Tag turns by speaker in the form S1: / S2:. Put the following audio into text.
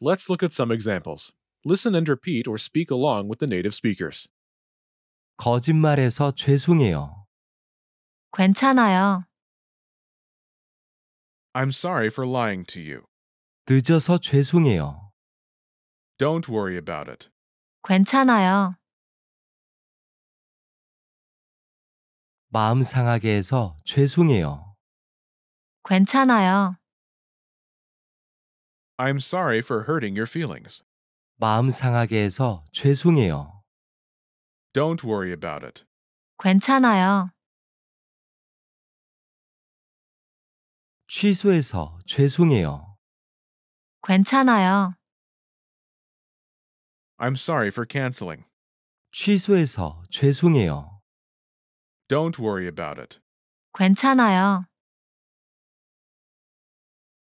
S1: Let's look at some examples. Listen and repeat or speak along with the native speakers.
S2: 거짓말해서 죄송해요.
S3: 괜찮아요.
S1: I'm sorry for lying to you.
S2: 늦어서 죄송해요.
S1: Don't worry about it.
S3: 괜찮아요.
S2: 마음 상하게 해서 죄송해요.
S3: 괜찮아요.
S1: I'm sorry for hurting your feelings.
S2: 마음 상하게 해서 죄송해요.
S1: Don't worry about it.
S3: 괜찮아요.
S2: 취소해서 죄송해요.
S3: 괜찮아요.
S1: I'm sorry for canceling.
S2: 취소해서 죄송해요.
S1: Don't worry about it.
S3: 괜찮아요.